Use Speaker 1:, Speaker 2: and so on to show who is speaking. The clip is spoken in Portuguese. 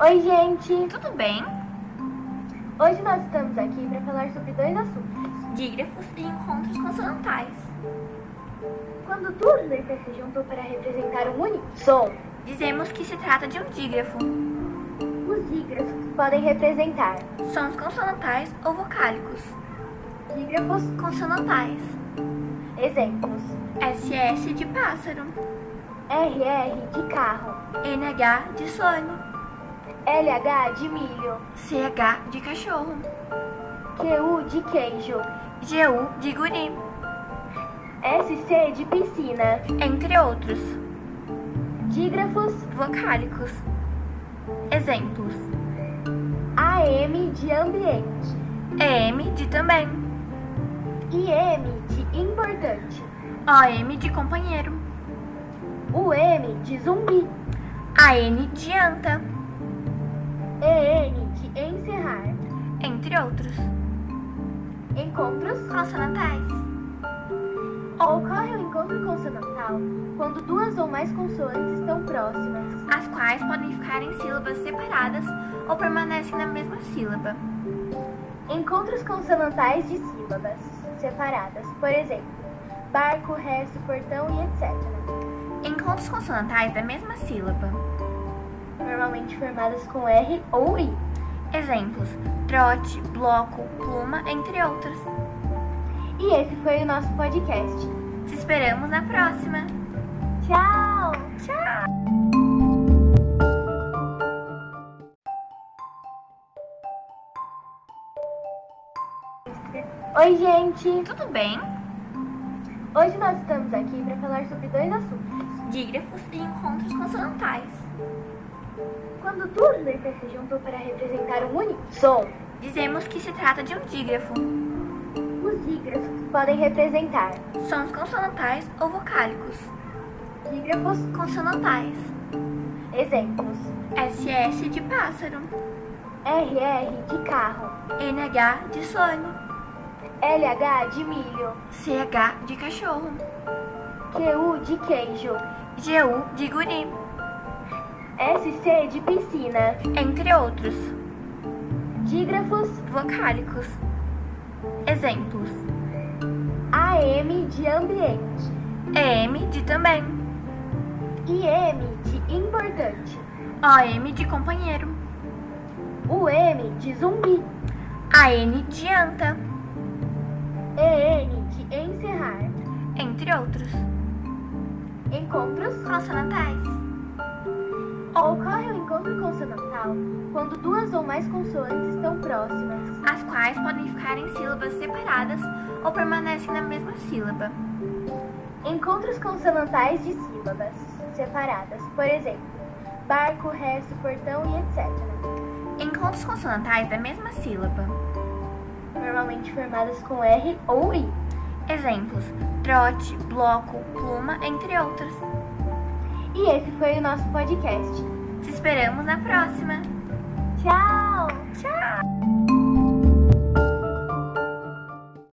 Speaker 1: Oi, gente!
Speaker 2: Tudo bem?
Speaker 1: Hoje nós estamos aqui para falar sobre dois assuntos.
Speaker 2: Dígrafos e encontros consonantais.
Speaker 1: Quando duas letras se juntam para representar um único som,
Speaker 2: Dizemos que se trata de um dígrafo.
Speaker 1: os dígrafos podem representar
Speaker 2: Sons consonantais ou vocálicos.
Speaker 1: dígrafos,
Speaker 2: Consonantais.
Speaker 1: exemplos,
Speaker 2: SS de pássaro.
Speaker 1: RR de carro,
Speaker 2: NH de sonho.
Speaker 1: LH de milho,
Speaker 2: CH de cachorro.
Speaker 1: QU de queijo,
Speaker 2: GU de guri.
Speaker 1: SC de piscina,
Speaker 2: Entre outros.
Speaker 1: dígrafos,
Speaker 2: Vocálicos. Exemplos.
Speaker 1: AM de ambiente,
Speaker 2: EM de também.
Speaker 1: IM de importante,
Speaker 2: OM de companheiro.
Speaker 1: UM de zumbi,
Speaker 2: AN de anta.
Speaker 1: EN de encerrar,
Speaker 2: Entre outros.
Speaker 1: encontros,
Speaker 2: Consonantais.
Speaker 1: Ocorre o encontro consonantal quando duas ou mais consoantes estão próximas.
Speaker 2: as quais podem ficar em sílabas separadas ou permanecem na mesma sílaba.
Speaker 1: Encontros consonantais de sílabas separadas, por exemplo, barco, resto, portão e etc.
Speaker 2: Encontros consonantais da mesma sílaba.
Speaker 1: Normalmente formadas com R ou I.
Speaker 2: Exemplos: trote, bloco, pluma, entre outros.
Speaker 1: E esse foi o nosso podcast.
Speaker 2: Te esperamos na próxima!
Speaker 1: Tchau! Tchau! Oi, gente!
Speaker 2: Tudo bem?
Speaker 1: Hoje nós estamos aqui para falar sobre dois assuntos.
Speaker 2: Dígrafos e encontros consonantais.
Speaker 1: Quando duas letras se juntam para representar um único som,
Speaker 2: Dizemos que se trata de um dígrafo.
Speaker 1: os dígrafos podem representar
Speaker 2: Sons consonantais ou vocálicos.
Speaker 1: dígrafos,
Speaker 2: Consonantais.
Speaker 1: exemplos,
Speaker 2: SS de pássaro.
Speaker 1: RR de carro,
Speaker 2: NH de sonho.
Speaker 1: LH de milho,
Speaker 2: CH de cachorro.
Speaker 1: QU de queijo,
Speaker 2: GU de guri.
Speaker 1: SC de piscina,
Speaker 2: Entre outros.
Speaker 1: dígrafos,
Speaker 2: vocálicos. Exemplos:
Speaker 1: AM de ambiente,
Speaker 2: EM de também,
Speaker 1: IM de importante,
Speaker 2: OM de companheiro,
Speaker 1: UM de zumbi,
Speaker 2: AN de anta,
Speaker 1: EN de encerrar,
Speaker 2: entre outros.
Speaker 1: encontros,
Speaker 2: Consonantais.
Speaker 1: Ocorre o encontro consonantal quando duas ou mais consoantes estão próximas.
Speaker 2: As quais podem ficar em sílabas separadas ou permanecem na mesma sílaba.
Speaker 1: Encontros consonantais de sílabas separadas, por exemplo, barco, resto, portão e etc.
Speaker 2: Encontros consonantais da mesma sílaba.
Speaker 1: Normalmente formadas com R ou I.
Speaker 2: Exemplos: trote, bloco, pluma, entre outros.
Speaker 1: E esse foi o nosso podcast.
Speaker 2: Te esperamos na próxima!
Speaker 1: Tchau!
Speaker 2: Tchau!